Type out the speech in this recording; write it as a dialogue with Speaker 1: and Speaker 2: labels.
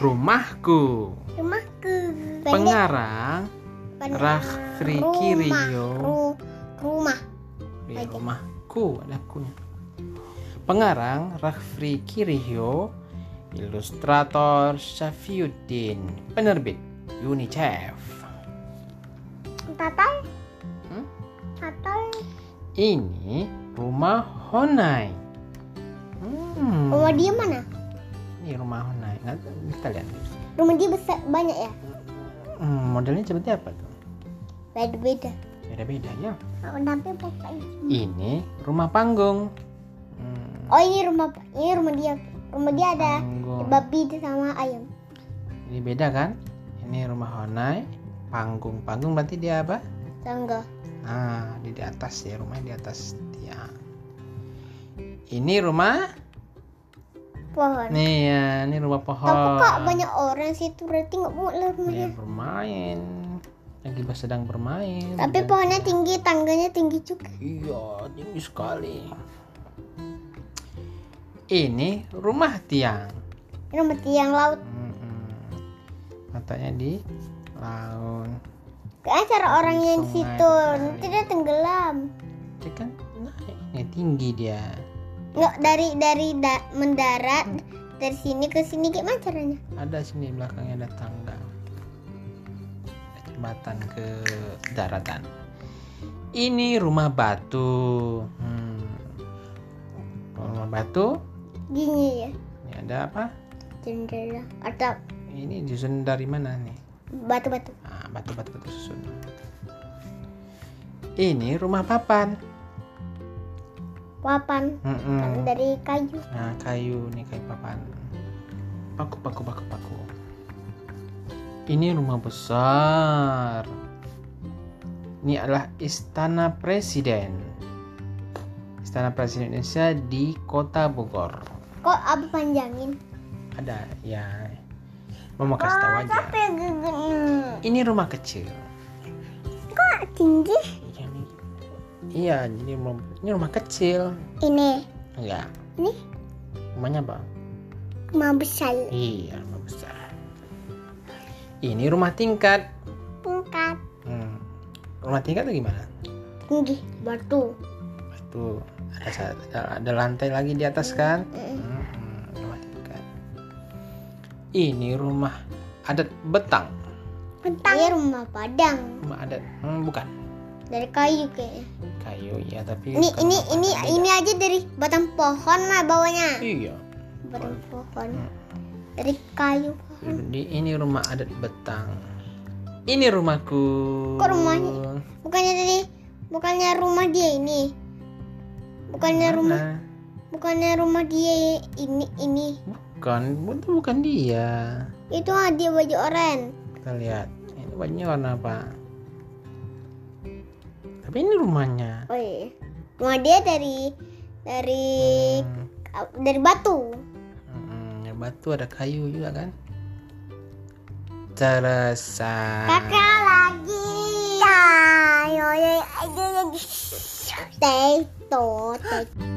Speaker 1: Rumahku
Speaker 2: rumahku
Speaker 1: Pengarang
Speaker 2: Bener.
Speaker 1: Rakhri
Speaker 2: Rumah,
Speaker 1: Kiriyo.
Speaker 2: ru- rumah
Speaker 1: di
Speaker 2: Baik.
Speaker 1: Iya, rumahku ada kunya. Pengarang Rakhri Kirihyo Ilustrator Syafiuddin Penerbit UNICEF
Speaker 2: tatal
Speaker 1: Hmm?
Speaker 2: tatal
Speaker 1: Ini rumah Honai Hmm,
Speaker 2: rumah dia mana
Speaker 1: Ini rumah Honai Nggak- Kita lihat
Speaker 2: rumah dia besar banyak ya
Speaker 1: hmm, Modelnya seperti apa tuh?
Speaker 2: beda beda
Speaker 1: Beda-beda ya
Speaker 2: tapi pokoknya
Speaker 1: Ini rumah panggung Hmm,
Speaker 2: oh ini rumah ini rumah dia rumah dia ada
Speaker 1: Panggung
Speaker 2: babi sama ayam
Speaker 1: Ini beda kan? Ini rumah Honai Panggung Panggung berarti dia apa?
Speaker 2: tangga
Speaker 1: Nah, di di atas ya, rumahnya di atas tiang. Ini rumah,
Speaker 2: pohon
Speaker 1: nih ya, ini rumah pohon. Iya.
Speaker 2: tapi kok banyak orang situ berarti nggak mau lah
Speaker 1: Dia
Speaker 2: rumahnya
Speaker 1: bermain, lagi bas- sedang bermain.
Speaker 2: tapi
Speaker 1: Dan-
Speaker 2: pohonnya tinggi tangganya tinggi juga
Speaker 1: Iya, tinggi sekali. Ini rumah tiang.
Speaker 2: ini rumah tiang laut
Speaker 1: Mm-mm. Matanya di laut.
Speaker 2: kayaknya cara orang yang
Speaker 1: Sungai
Speaker 2: situ
Speaker 1: berjalan.
Speaker 2: nanti dia tenggelam
Speaker 1: Dia kan naik, ini tinggi dia.
Speaker 2: nggak dari dari da- mendarat
Speaker 1: Hmm.
Speaker 2: dari sini ke sini gimana caranya
Speaker 1: ada sini belakangnya ada tangga Ada jembatan ke daratan ini rumah batu hmm. Kalau rumah batu
Speaker 2: gini ya
Speaker 1: ini ada apa
Speaker 2: jendela atau
Speaker 1: ini disusun dari mana nih
Speaker 2: batu-batu
Speaker 1: ah, batu batu batu susun ini rumah papan Hmm.
Speaker 2: papan Kan
Speaker 1: Mm-mm.
Speaker 2: dari kayu
Speaker 1: Nah, kayu nih kayu papan. Paku paku paku paku. Ini rumah besar. Ini adalah istana presiden. Istana presiden Indonesia di Kota Bogor.
Speaker 2: kok abu panjangin
Speaker 1: Ada ya. Mama kasih tahu aja.
Speaker 2: ya gegen
Speaker 1: Ini rumah kecil.
Speaker 2: kok tinggi
Speaker 1: Iya nih. Iya, ini rumah, ini rumah kecil.
Speaker 2: ini
Speaker 1: Ya.
Speaker 2: Ini?
Speaker 1: Rumahnya apa?
Speaker 2: mau besar
Speaker 1: Iya, rumah besar. Ini rumah tingkat.
Speaker 2: tingkat
Speaker 1: Hmm. Rumah tingkat itu gimana?
Speaker 2: tinggi batu
Speaker 1: Itu ada, sa- ada- ada lantai lagi di atas kan?
Speaker 2: Mm.
Speaker 1: Hmm, rumah tingkat. Ini rumah adat Betang.
Speaker 2: Ini rumah padang
Speaker 1: Rumah adat hmm, bukan
Speaker 2: dari kayu kayaknya
Speaker 1: kayu ya tapi
Speaker 2: ini
Speaker 1: bukan
Speaker 2: ini
Speaker 1: rumah
Speaker 2: ini
Speaker 1: adat.
Speaker 2: ini aja dari batang pohon lah bawahnya
Speaker 1: Iya.
Speaker 2: batang pohon
Speaker 1: Hmm.
Speaker 2: dari kayu
Speaker 1: Di ini rumah adat Betang. Ini rumahku.
Speaker 2: Kok rumahnya? bukannya dari bukannya rumah dia ini bukannya
Speaker 1: Mana?
Speaker 2: rumah bukannya rumah dia ini ini
Speaker 1: Bukan, itu bukan dia.
Speaker 2: itu ah, dia baju oranye
Speaker 1: kita lihat ini bajunya warna apa tapi ini rumahnya
Speaker 2: oh iya rumah dia dari dari
Speaker 1: Hmm,
Speaker 2: dari batu
Speaker 1: hmm, ada batu ada kayu juga kan terus ah,
Speaker 2: kakak lagi ayo ayo ayo ayo. Teto, teto.